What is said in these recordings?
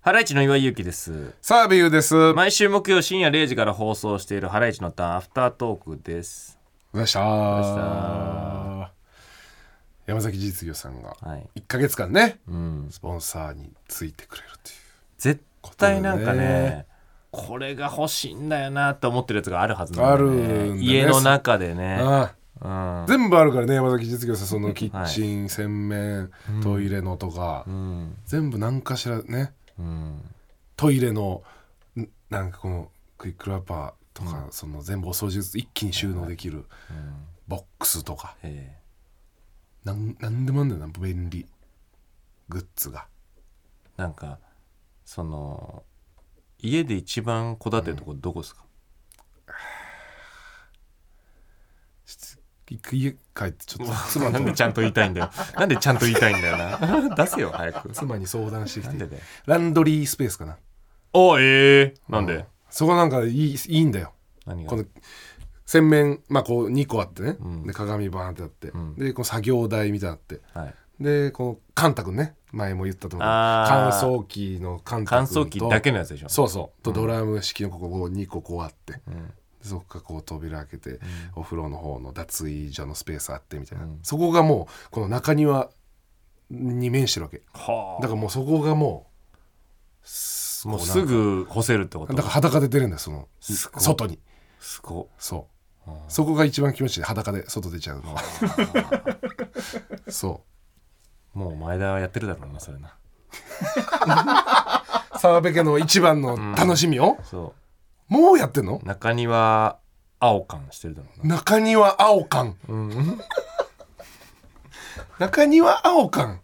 ハライチの岩井ゆきです。さあビューです。ど毎週木曜深夜0時から放送しているハライチのターンアフタートークです。うでしたうでした山崎実業さんがはい。 1か月間ね、うん。スポンサーについてくれるっていう。絶対なんかことね、だねこれが欲しいんだよなって思ってるやつがあるはずなんだよねあるんだね家の中でね。ああうん。全部あるからね山崎実業さ んそのキッチン、洗面トイレのとか、うん。全部何かしらねうん。トイレのんなんかこのクイックルワッパーとか、その全部お掃除ずつ一気に収納できる、ボックスとかええなんなんでもあんだよな便利グッズが。なんか、その、家で一番こだてるとこどこですか、一回家帰ってちょっと妻なんでとちゃんと言いたいんだよ。なんでちゃんと言いたいんだよな。 出せよ、早く。妻に相談してきなんでてだよ。ランドリースペースかなおええなんで、そこなんかいいいいんだよ何がこの洗面まあこう2個あってね、んで鏡バーンってあって、んでこの作業台みたいなのあってはい、でこのカンタ君ね前も言ったと思う乾あー燥機のカンタ乾君と燥機だけのやつでしょそうそうとドラム式のここ2個こうあって、んでそこからこう扉開けて、お風呂の方の脱衣所のスペースあってみたいな、そこがもうこの中庭に面してるわけはあだからもうそこがもうもうすぐ干せるってこだとから裸で出るんだよそのすごい外にすごっそうそこが一番気持ちいい裸で外出ちゃうのは そもう前田はやってるだろうなそれなう澤部家の一番の楽しみを、そもうやってんのう中庭青感してるだろうな中庭青感、中庭青感、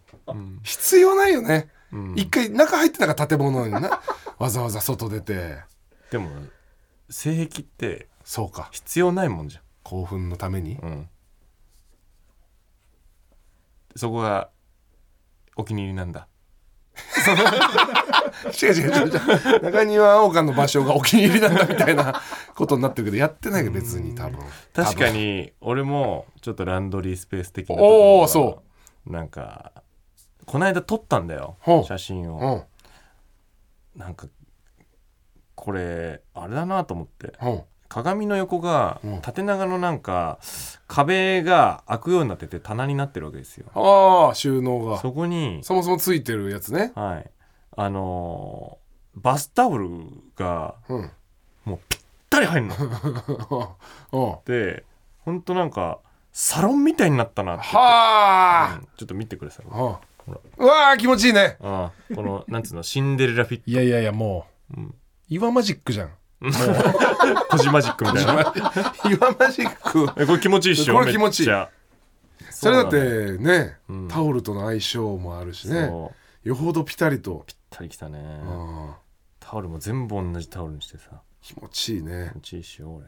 必要ないよね、一回中入ってたから建物にな わざわざ外出て でも性癖ってそうか必要ないもんじ興奮のためにゃんうんそこがお気に入りなんだ違う違う違う違う中庭青館の場所がお気に入りなんだみたいなことになってるけどやってないけど別に多分確か多分に俺もちょっとランドリースペース的なおーがそなんかこの間撮ったんだよほう写真を、うんなんかこれあれだなと思ってうん鏡の横がうん縦長のなんか壁が開くようになってて棚になってるわけですよああ収納がそこにそもそもついてるやつねはいあのーバスタオルがうん もうぴったり入るのうんはでほんとなんかサロンみたいになったなってあうんちょっと見てくださいうんうわあ気持ちいいねああこのなんつうのシンデレラフィッいやいやいやもト、うん、岩マジックじゃんコジマジックみたいな 岩マジックえこれ気持ちいいっしょこれ気持ちいいめっゃそれだっそうねてねうんタオルとの相性もあるしねそうよほどピタリとぴったりきたね、うんタオルも全部同じタオルにしてさ気持ちいいね気持ちいいっしょ俺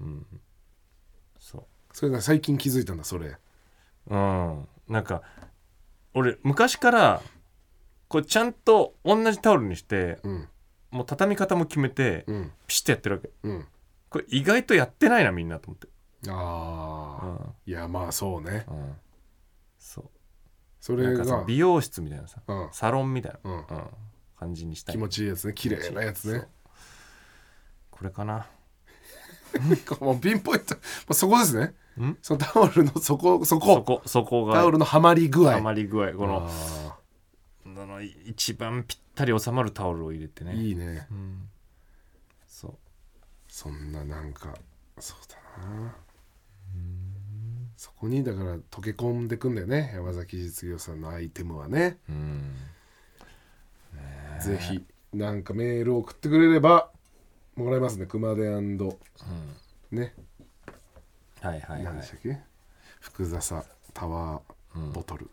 うんそそれだ最近気づいたんだそれううんなんか俺昔からこれちゃんと同じタオルにしてうんもう畳み方も決めてうんピシッてやってるわけうんこれ意外とやってないなみんなと思ってああういやまあそうねんうんそうそなれんかさが美容室みたいなさ、うんサロンみたいな、うんうん感じにしたい気持ちいいやつね綺麗なやそつねうこれかな もうピンポイントもうそこですねんそのタオルのそこそそここそこがタオルのはまり具合はまり具合このああのい一番ぴったり収まるタオルを入れてーねいいねうん、そそんななんかそうだなそこにだから溶け込んでくんだよね山崎実業さんのアイテムはねううんぜひなんかメールを送ってくれればもらえますね熊手ねはいはいは何いでしたっけ福笹タワーボトル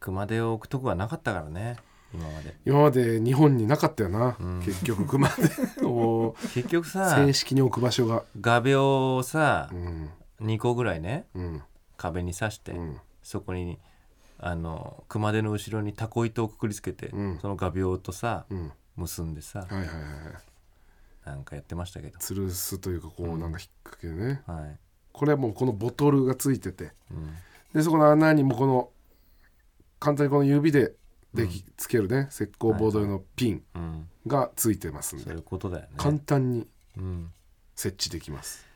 熊手を置くとこがなかったからね今ま で今まで日本になかったよな、結局熊 手を結局さ正式に置く場所が画鋲をさうん2個ぐらいねうん壁に刺して、んそこにあの熊手の後ろにタコ糸をくくりつけて、うんその画鋲とさうん結んでさはいはいはいはいなんかやってましたけど吊るすというかこうなんか引っ掛けね、はい、これはもうこのボトルがついててうんでそこの穴にもこの簡単にこの指ででき、つけるね石膏ボード用のピンうん、がついてますんそで、ういうことだよね。簡単にうん、設置できます、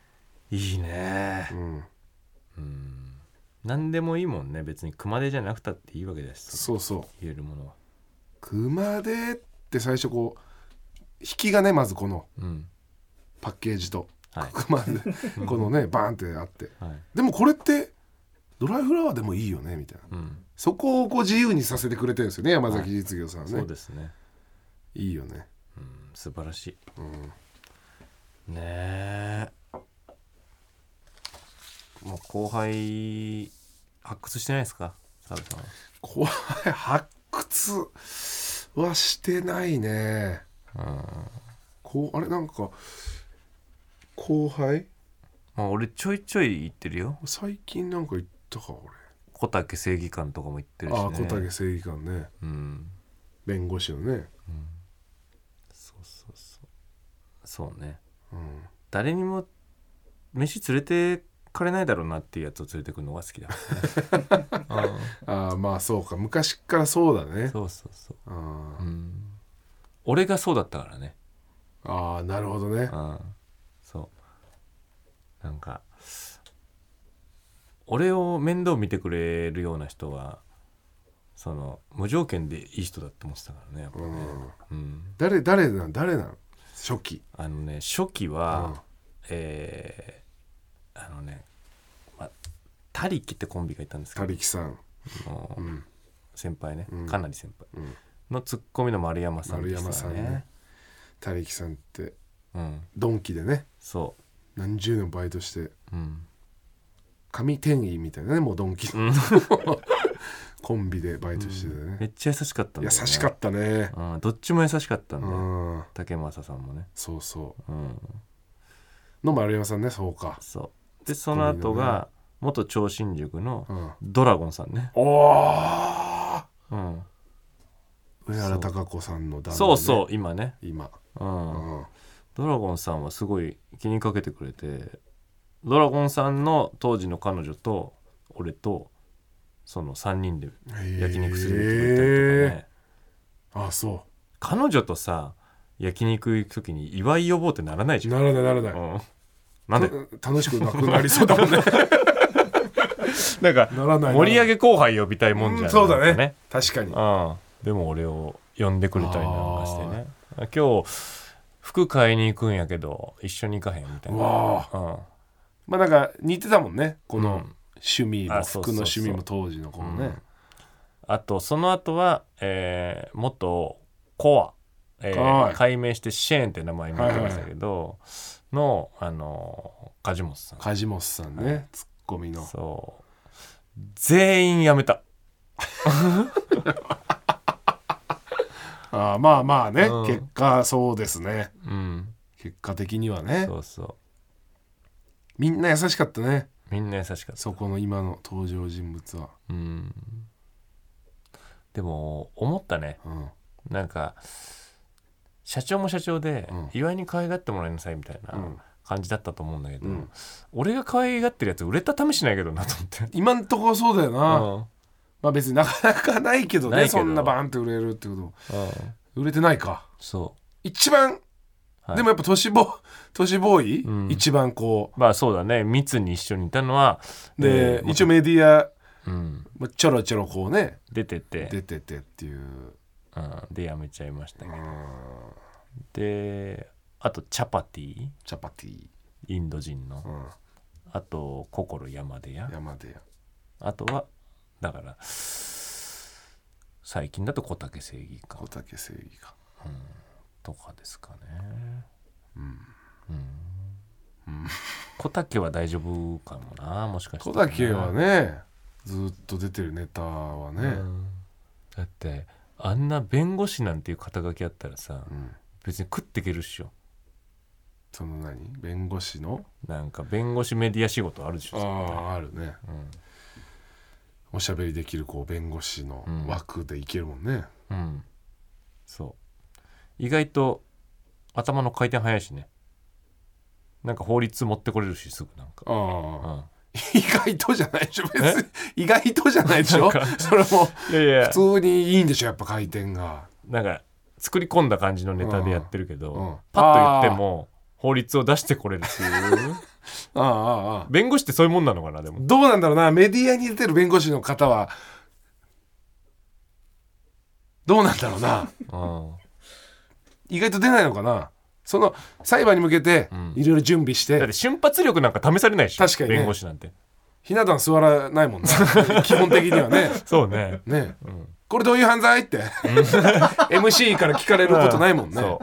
いいねう。ん、うん、何でもいいもんね別に熊手じゃなくたっていいわけだしさそうそう言えるものは。熊手って最初こう引きがねまずこのうん、パッケージとはい熊手このねバーンってあってはい、でもこれってドライフラワーでもいいよねみたいなうん、そこをこう自由にさせてくれてるんですよね山崎実業さんはね、そうい、ですね。いよね、うん、素晴らしい。うん、ねえ。もう後輩発掘してないですか、澤部さんは。怖い発掘はしてないねうんこうあれなんか後輩まあ、俺ちょいちょい行ってるよ最近なんか言ったか小竹正義感とかも行って俺、るし、ね、ああ小竹正義感ねうん弁護士のね、そうそうそうそうねうん、誰にも飯連れてかれないだろうなっていうやつを連れてくるのが好きだ、ね、ああまあそうか昔からそうだ ねそうそうそう、あうん、俺がそうだったからねーあーなるほどねうんそうなんか俺を面倒見てくれるような人はその無条件でいい人だって思ってたからねやっぱね、うんうん、誰誰なん誰なん初期あのね初期は、えーあのね、まあ、タリキってコンビがいたんですけ他ど力さん、あのうん、先輩ね、うんかなり先輩、うんのツッコミの丸山さんって人丸山がさんね他力さんってうん、ドンキでねそ何十年バイトしてう、うん、神転移みたいなねもうドンキのうん コンビでバイトしててね、めっちゃ優しかったん優だよねしかったねうん、どっちも優しかったんうだよ、ん竹正さんもね、そうそうん、うの丸山さんねそうか、そうでその後が元超新塾のうん、ドラゴンさんね、おおうん上原貴子さんの旦那、ね、そうそう今ね、今、うんうんドラゴンさんはすごい気にかけてくれてドラゴンさんの当時の彼女と俺とその3人で焼肉する時に行ったりとかね、あそ彼女とさ焼肉行く時に祝い呼ぼうってならないじうゃん、ならないならない、うん、なんでた楽しくなくなりそうだもんねなんかならない盛り上げげ後輩呼びたいもんじゃん、うんそうだねなんか確かにうん、でも俺を呼んでくれたりなんかしてね今日服買いに行くんやけど一緒に行かへんみたいな、わあうん、まあなんか似てたもんねこうのん趣味もあそう服そうそうの趣味も当時のこのね、あとその後は、えー、元コア、えーはい改名してシェーンって名前になってましたけど、の、あのー梶本さん梶本さんね、はいツッコミのそう全員辞めたあーまあまあね、うん結果そうですねうん結果的にはねそうそうみんな優しかったねみんな優しかったそこの今の登場人物は、うんでも思ったねうん、なんか社長も社長でうん祝いに可愛がってもらいなさいみたいうんな感じだったと思うんだけど、うん俺が可愛がってるやつ売れた試しないけどなと思って、今んとこそうだよな、うんまあ別になかなかないけどねないけどそんなバーンって売れるってこともうん売れてないかそ一番、はいでもやっぱ都市ボ都市ボーイ、うん一番こうまあそうだね密に一緒にいたのはうで、えー一応メディアうん、まあちょろちょろこうね出てて出ててっていう、うん、でやめちゃいましたうけどんであとチャパティチャパティ、インド人のうん、あと心山でや山でやあとはだから最近だと小竹正義か小竹正義かとかですかねうん小竹は大丈夫かもなもしかして小竹はねずっと出てるネタはね、うんだってあんな弁護士なんていう肩書きあったらさうん別に食っていけるっしょその何弁護士のなんか弁護士メディア仕事あるでしあょああるねおしゃべりできるこう弁護士のうん枠でいけるもんね、うん、うん、そう意外と頭の回転早いしねなんか法律持ってこれるしすぐなんか、ああうん、意外とじゃ ないでしょ別に意外とじゃないでしょそれもいやいや普通にいいんでしょやっぱ回転がなんか作り込んだ感じのネタでやってるけど、うんうんパッと言っても法律を出してこれるっていうああああああ弁護士ってそういうもんなのかなでもどうなんだろうなメディアに出てる弁護士の方はどうなんだろうなう意外と出ないのかなその裁判に向けてんいろいろ準備して、んだって瞬発力なんか試されないでしょ確かにね弁護士なんてひな壇座らないも んな基本的にはねそうねね、これどういう犯罪って MC から聞かれることないもんね、そ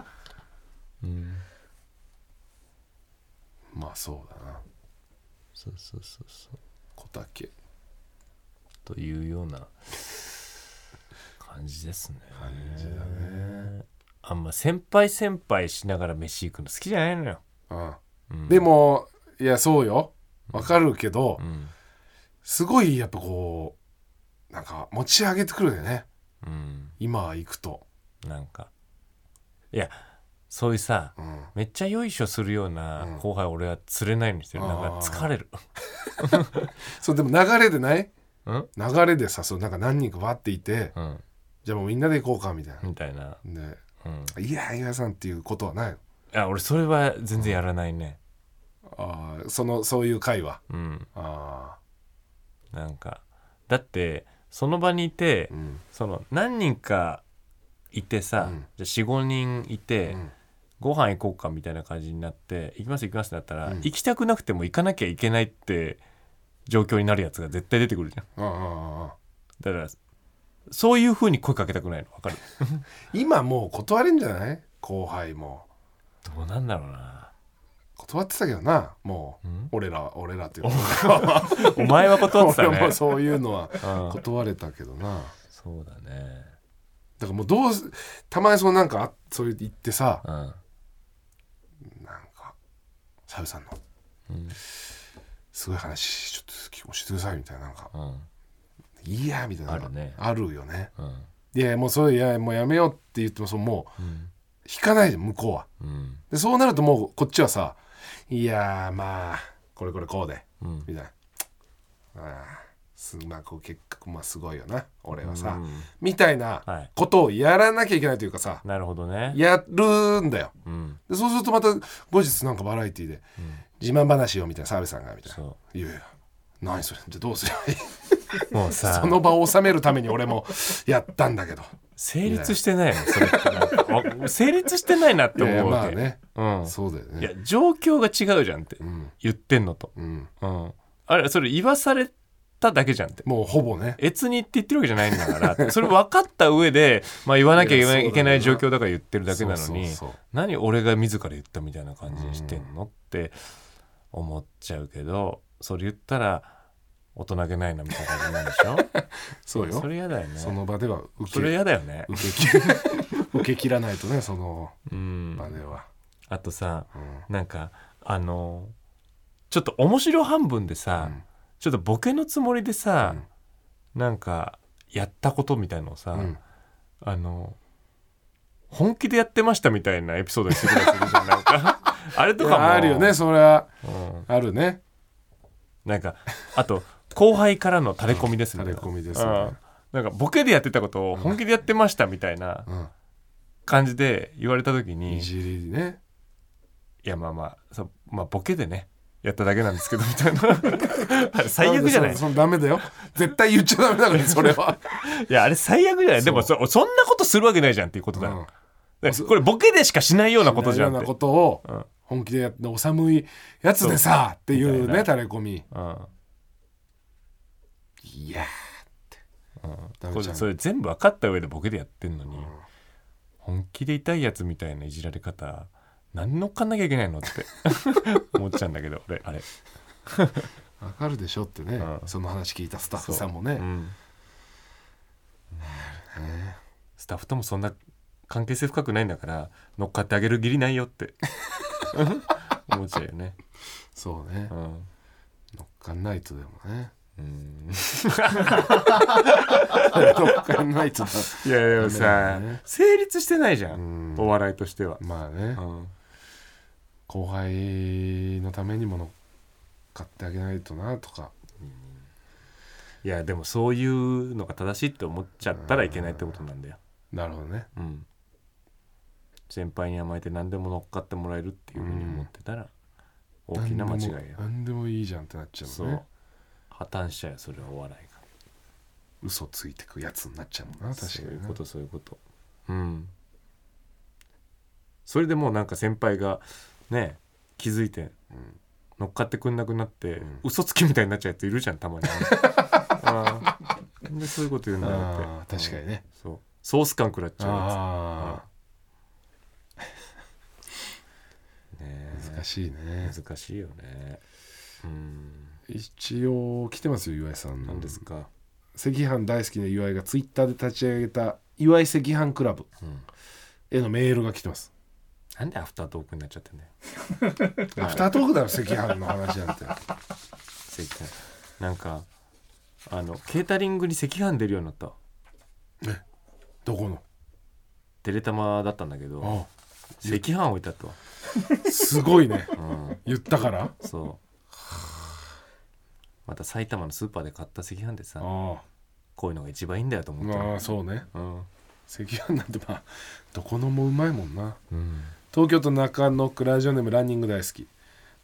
まあそうだなうそうそうそうそう小竹というような感じですね感じだねあんま先輩先輩しながら飯行くの好きじゃないのよ、あうん、でもいやそうよわかるけど、うん、すごいやっぱこうなんか持ち上げてくるよねうん、今行くと、なんかいやそういうさ、うん、めっちゃよいしょするよううんな後輩俺は釣れないようにしてる、なんか疲れるそうでも流れでないうん、流れでさそうなんか何人かわっていてうん、じゃあもうみんなで行こうかみたいな、みたいな、ねうん、いや岩井さんっていうことはないのあ俺それは全然やらないねあーそのそういう会話うん、あなんかだってその場にいて、ーうんその何人かいてさ、うんじゃ45人いて、うんご飯行こうかみたいな感じになって行きます行きますってなったら、うん行きたくなくても行かなきゃいけないって状況になるやつが絶対出てくるじゃんあーあーあだからそういう風に声かけたくないのわかるー今もう断れんじゃない後輩もどうなんだろうな断ってたけどなもう、ん俺ら俺らっていうかお前は 断ってた 俺ねもそういうのはうん断れたけどなそうだねだからもうどうすたまにそのなんかあそういう言ってさうんなんか澤部さんのうんすごい話ちょっと教えてくださいみたいななんかうんいいやみたいなのがあるねあるよねうんいやもうそれいやもうやめようって言ってもそのもううん引かないじゃん向こうはうんでそうなるともうこっちはさいやーまあこれこれこうでうんみたいなああすまあこう結局まあすごいよな俺はさ、うんみたいなはいことをやらなきゃいけないというかさ、なるほどねやるんだようんでそうするとまた後日なんかバラエティで、自慢話をみたいな澤部さんがみたいなそ「いやいや何それじゃあどうすればいい?」 うもうさその場を収めるために俺もやったんだ けど成立してないよそれってなんかあ成立してないなっていやいや思うまわあけねうんそうだよいやね状況が違うじゃんってうん言ってんのとうんうんあれそれ言わされただけじゃんってもうほぼね越にって言ってるわけじゃないんだからってそれ分かった上で、まあ、言わなきゃいやいけないそうだよないけない状況だから言ってるだけなのにそうそうそう何俺が自ら言ったみたいな感じにしてんのって思っちゃうけどそれ言ったら大人げないなみたいな感じになるでし ょそうよそれ嫌だよそねの場では受それけ嫌だよね受けき 受け切らないとねそのうん場では、あとさうんなんかあのちょっと面白半分でさ、うんちょっとボケのつもりでさ、なんかやったことみたいのをさ、うんあの本気でやってましたみたいなエピソードにしてくれたりするじゃんなん かあれといかもやあるよねそれはうんあるねなんかあと後輩からのタレコミですタレコミですうよねんなんかボケでやってたことを本気でやってましたみたいなうん感じで言われた時に、いいじりねやまあまあそうまあボケでねやっただけなんですけどみたい なあれ最悪じゃないそそダメだよ絶対言っちゃダメだからそ れは、いやあれ最悪じゃないでもそそんなことするわけないじゃんっていうことだ,、うんだからこれボケでしかしないようなことじゃそんっようなてことをうん本気でやってお寒いやつでさっていみうたいねなタレコミうんいやーって、ダこメれじゃんそれ全部分かった上でボケでやってんのに、本気で痛いやつみたいないじられ方何乗っかんなきゃいけないのって 思っちゃうんだけど俺あれ、わかるでしょってね、うんその話聞いたスタッフさんもねうんスタッフともそんな関係性深くないんだから乗っかってあげる義理ないよって思っちゃうよね、そうねうん乗っかんないとでもねうん乗っかんないとだいやでもダさ、メだね成立してないじゃん、うんお笑いとしては、まあねうん後輩のためにもの買ってあげないとなとかいやでもそういうのが正しいって思っちゃったらいけないってことなんだよ、なるほどねうん、先輩に甘えて何でも乗っかってもらえるっていうふうに思ってたら大きな間違いや、何でも何でもいいじゃんってなっちゃうそのねう破綻しちゃうよそれはお笑いが嘘ついてくやつになっちゃうもんな確そうかにいうなことそういうことうんそれでもうなんか先輩がね気づいてうん乗っかってくんなくなって、ん嘘つきみたいになっちゃうやついるじゃんた まにあーなんでそういうこと言うんだろうあっあて確かにねそうソース感食らっちゃうやあつねあ難しいね難しいよねうん一応来てますよ岩井さん何ですか、赤飯大好きな岩井がツイッターで立ち上げた岩井赤飯クラブうんへのメールが来てますなんでアフタートークになっちゃってんだよアフタートークだろ赤飯の話なんて 赤飯なんかあのケータリングに赤飯出るようになったどこのテレタマだったんだけど赤あ飯置いてあったわあすごいねうん言ったから そうまた埼玉のスーパーで買った赤飯でさあこういうのが一番いいんだよとあ思ったまのあそうねうん赤飯なんてまあどこのもうまいもんなうん東京都中野区ラジオネームランニング大好き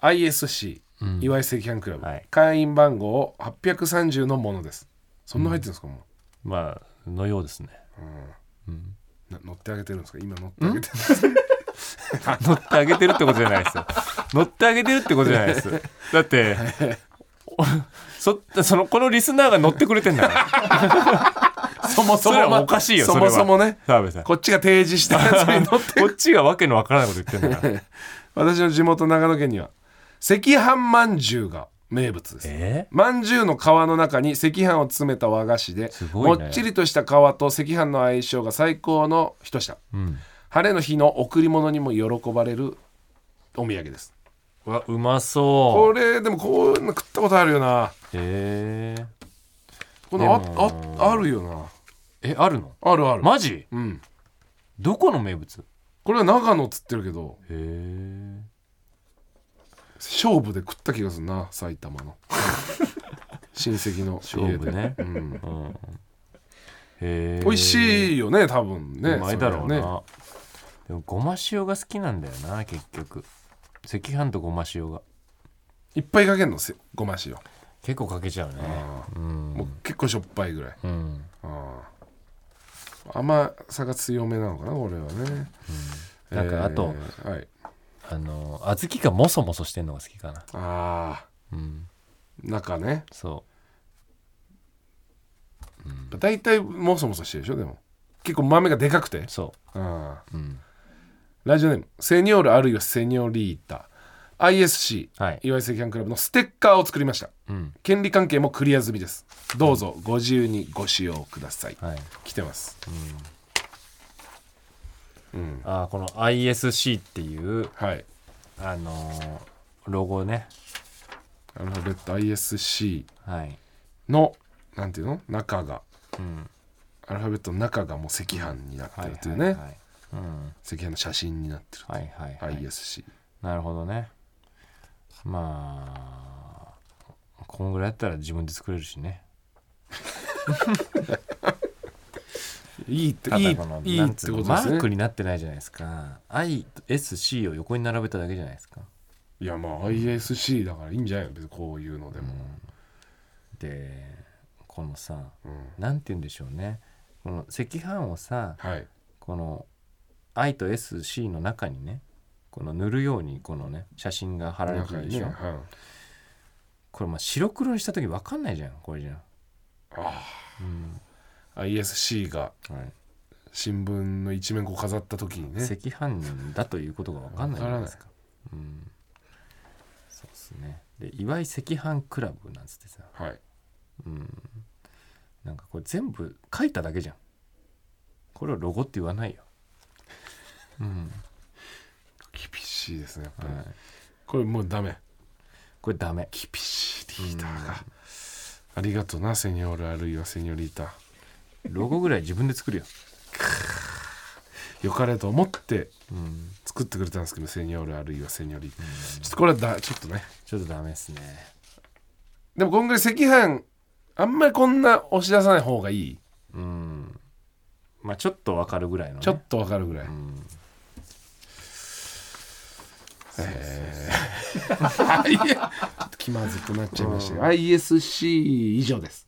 ISC うん岩井赤飯クラブ、はい会員番号830のものですそんな入ってるんですか、もまあのようですね、う、うんうん、な乗ってあげてるん ですか今乗ってあげてる乗ってあげてるってことじゃないです よ乗ってあげてるってことじゃないですだ っておそそのこのリスナーが乗ってくれてんだから そもそれはおかしいよそそれもはそもね澤部さんこっちが提示した やつに乗っ こっちがわけのわからないこと言ってんだ から。て私の地元長野県には赤飯まんじゅうが名物ですえまんじゅうの皮の中に赤飯を詰めた和菓子で、すごもいねっちりとした皮と赤飯の相性が最高の一品うん。晴れの日の贈り物にも喜ばれるお土産ですうわ、うまそこう。れでもこういうの食ったことあるよなえー、このあでもああるよなえ、あるのあるある、マジうんどこの名物これは長野っつってるけどへえ。勝負で食った気がするな埼 玉の親戚の勝負ね家でうん、うん。へえ。美味いしいよね多分ねうまいだろうな。それはねでも、ごま塩が好きなんだよな、結局。赤飯とごま塩が。いっぱいかけんのせごま塩、結構かけちゃうね。うん。もう結構しょっぱいぐらいうん。あー甘さが強めなのかなこれはね、なんかあとえーはいあの、小豆がもそもそしてんのが好きかな。あうん。ー中ねそ大体もそもそしてるでしょでも結構豆がでかくてう。そあーう。うん。ラジオネームセニョールあるいはセニョリータ ISC はい。岩井赤飯クラブのステッカーを作りましたうん。権利関係もクリア済みですどうぞご自由にご使用ください、はい。来てますあーこの ISC っていう、はいあのーロゴね、アルファベット ISC はいのなんていうの中がうん、アルファベットの中がもう赤飯になってはいるっていはうねいはいうん赤飯の写真になってる、はいはいはい ISC なるほどねまあこんぐらいやったら自分で作れるしねいいってたいいだこのいいなっんつてうこのとでマすークねになってないじゃないですか ISC を横に並べただけじゃないですかいやまあ ISC だからいいんじゃないの別にこういうのでも、でこのさうんなんて言うんでしょうねこの赤飯をさはいこの I と SC の中にねこの塗るようにこのね写真が貼られて中るにでしね、ょ、はい、これまあ白黒にした時分かんないじゃんこれじゃん、あうんー ISC が新聞の一面こう飾った時にね赤飯だということが分かんないじゃないですかうん、そうですねで岩井赤飯クラブなんつってさ、はいうん、なんかこれ全部書いただけじゃんこれをロゴって言わないよ、うん厳しいですねやっぱり、はい、これもうダメこれダメ厳しいリーダーが、ありがとうなセニョールあるいはセニョリータロゴぐらい自分で作るよ、よかれと思ってうん、作ってくれたんですけどセニョールあるいはセニョリータ、ちょっとこれはだちょっとねちょっとダメですねでもこんぐらい赤飯あんまりこんな押し出さない方がいいうんまあちょっとわかるぐらいの、ね、ちょっとわかるぐらい、うん いや気まずくなっちゃいましたよ ISC 以上です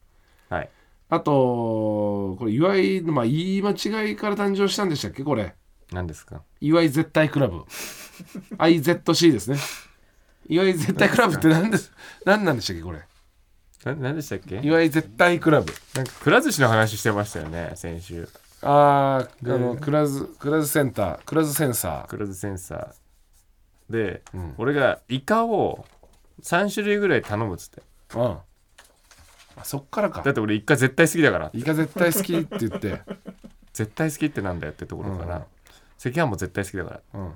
はいあとこれ岩井の、まあ、言い間違いから誕生したんでしたっけこれ何ですか岩井絶対クラブ IZC ですね岩井絶対クラブって何です何なんでしたっけこれな何でしたっけ岩井絶対クラブなんかくら寿司の話してましたよね先週あーあのでクラズクラズセンタークラズセンサーくら寿司センサーで、うん俺がイカを3種類ぐらい頼むっつってうんあそっからかだって俺イカ絶対好きだからイカ絶対好きって言って、絶対好きってなんだよってところから、うん赤飯も絶対好きだからうん、っ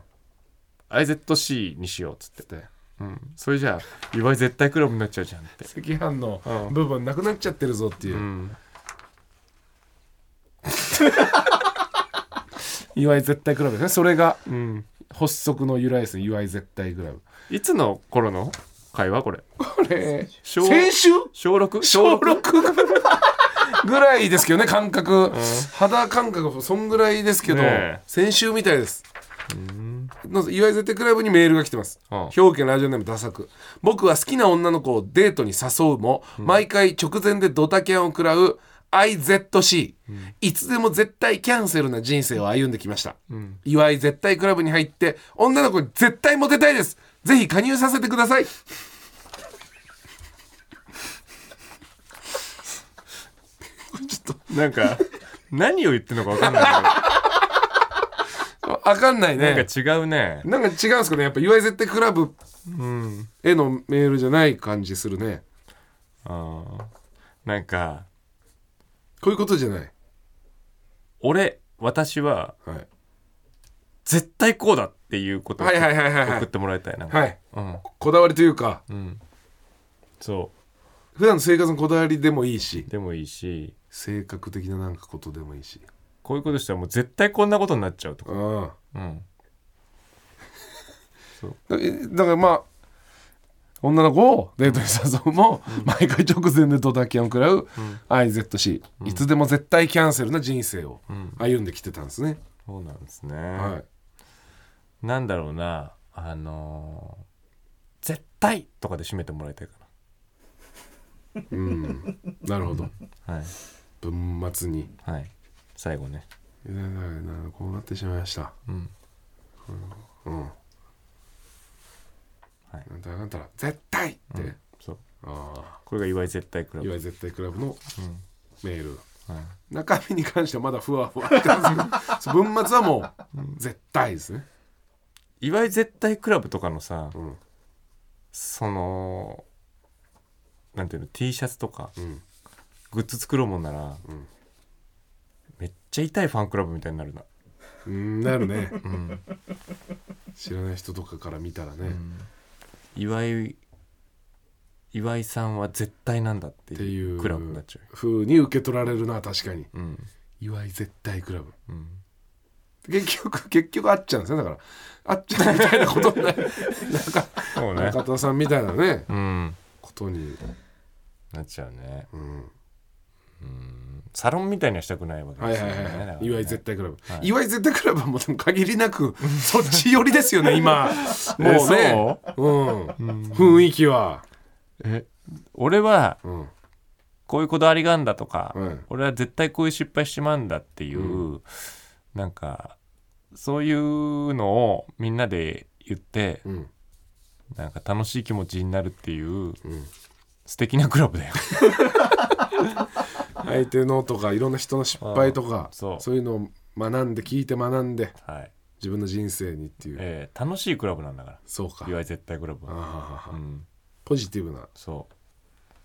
IZC にしようっつって、てうん、それじゃあ岩井絶対クラブになっちゃうじゃんって、赤飯のうん部分なくなっちゃってるぞっていう、うん、 岩井絶対クラブですねそれがうん、発足の由来ですね岩井絶対クラブいつの頃の会話これこれ小先週小 6? 小6ぐらいですけどね感覚、肌感覚そんぐらいですけど、ねえ先週みたいですの岩井絶対クラブにメールが来てますああ兵庫県ラジオネームダサく僕は好きな女の子をデートに誘うも、毎回直前でドタキャンを食らう IZC、いつでも絶対キャンセルな人生を歩んできました、岩井絶対クラブに入って女の子に絶対モテたいですぜひ加入させてくださいなんか何を言ってるのか分かんないあわかん ないねけどなんか違うねなんか違うんですかねやっぱ岩井絶対クラブうんへのメールじゃない感じするねあーなんかこういうことじゃない俺私ははい絶対こうだっていうことをはいはいはいはいはい送ってもらいたいなんか、はいこだわりというかうん、うん、そ普段の生活のこだわりでもいいしうでもいいし性格的ななんかことでもいいしこういうことしたらもう絶対こんなことになっちゃうとか、うんうん、だだからまあ女の子をデートに誘うも、毎回直前でドタキャンを食らう IZC、いつでも絶対キャンセルな人生を歩んできてたんですね、そうなんですね、はいなんだろうなあのー絶対とかで締めてもらいたいかうんなるほどなはい文末にはい最後ねいやだからなこうなってしまいましたうんうんはいなんたらなんたら絶対って、そうあこれが岩井絶対クあラいわブゆる絶対クラブのメール、はい中身に関してはまだふわふわしてます けど文末はもう絶対ですね、岩井絶対クラブとかのさうんそのなんていうの T シャツとかうん、グッズ作ろうもんなら、んめっちゃ痛いファンクラブみたいになるなうんなるね、知らない人とかから見たらね、っ岩井岩井さんは絶対なんだってていいううクラブになっちゃ風に受け取られるな確かにううん岩井絶対クラブうん結局結局あっちゃうんですよだからあっちゃんみたいなことになるそうね中田さんみたいなねうんことに、なっちゃうねうん、サロンみたいにはしたくないわけはいですはよいねはだい、からはねい、岩井絶対クラブ、はい岩井絶対クラブはもうでも限りなくそっち寄りですよね今もうえねうん、雰囲気はえ俺はうんこういうこだわりがあるんだとか、うん俺は絶対こういう失敗しちまうんだっていう、なんかそういうのをみんなで言ってうんなんか楽しい気持ちになるっていううん素敵なクラブだよ相手のとかいろんな人の失敗とかあそういうのを学んで聞いて学んではい、自分の人生にっていうえー楽しいクラブなんだからそうか岩井絶対クラブあはははうはんポジティブなそ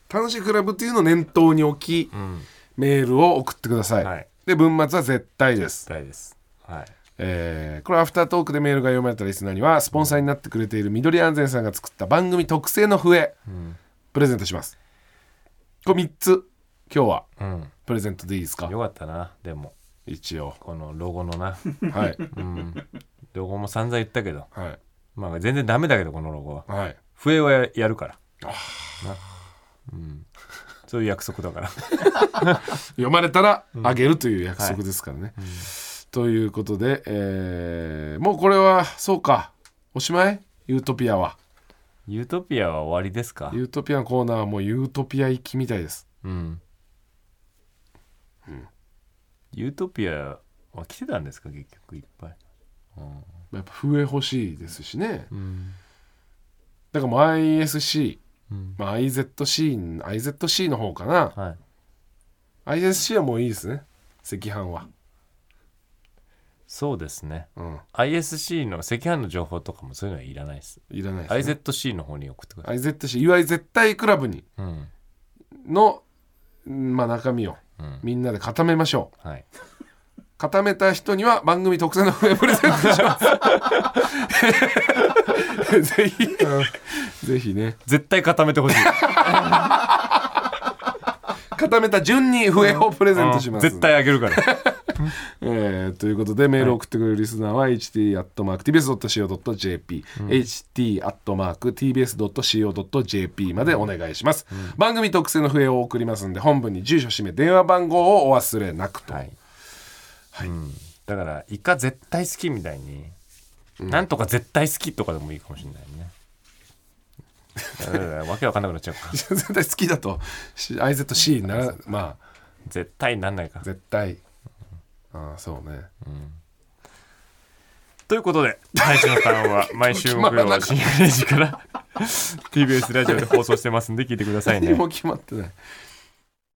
楽しいクラブっていうのを念頭に置きううんメールを送ってください、はいで文末は絶対です大ですはいえーこれアフタートークでメールが読まれたリスナーにはスポンサーになってくれている緑安全さんが作った番組特製の笛、プレゼントしますこれ3つ今日はうんプレゼントでいいですかよかったなでも一応このロゴのな はいうんロゴも散々言ったけどはいまあ全然ダメだけどこのロゴははい笛はややるからそういう約束だから 読まれたらあげるという約束ですからね。ということで、えーもうこれはそうかおしまいユートピアはユートピアは終わりですかユートピアのコーナーはもうユートピア行きみたいです。うんユートピアは来てたんですか結局いっぱいやっぱ増え欲しいですしね。うんだからもう ISC、うんまあ、IZC、IZC の方かな。はい ISC はもういいですね。赤飯は。そうですねうん。 ISC の赤飯の情報とかもそういうのはいらないですいらないです、ね。 IZC の方に送ってください、 IZC、いわゆる絶対クラブにうんの、まあ、中身をうんみんなで固めましょう。はい、固めた人には番組特製の笛プレゼントし ます。ぜひ、ぜひね。絶対固めてほしい固めた順に笛をプレゼントします。絶対あげるから えーということでメールを送ってくれるリスナーは ht.tbs.co.jp、ht.tbs.co.jp までお願いします、番組特製の笛を送りますんで本文に住所氏名電話番号をお忘れなくと、はい、うん、だからイカ絶対好きみたいに、なんとか絶対好きとかでもいいかもしれないねだから わけわかんなくなっちゃうから 絶対好きだとし IZC ならまあ絶対なんないから絶対ああそうねということで「大将さん」 は毎週木曜深夜0時から TBS ラジオで放送してますんで聞いてくださいね何も決まってない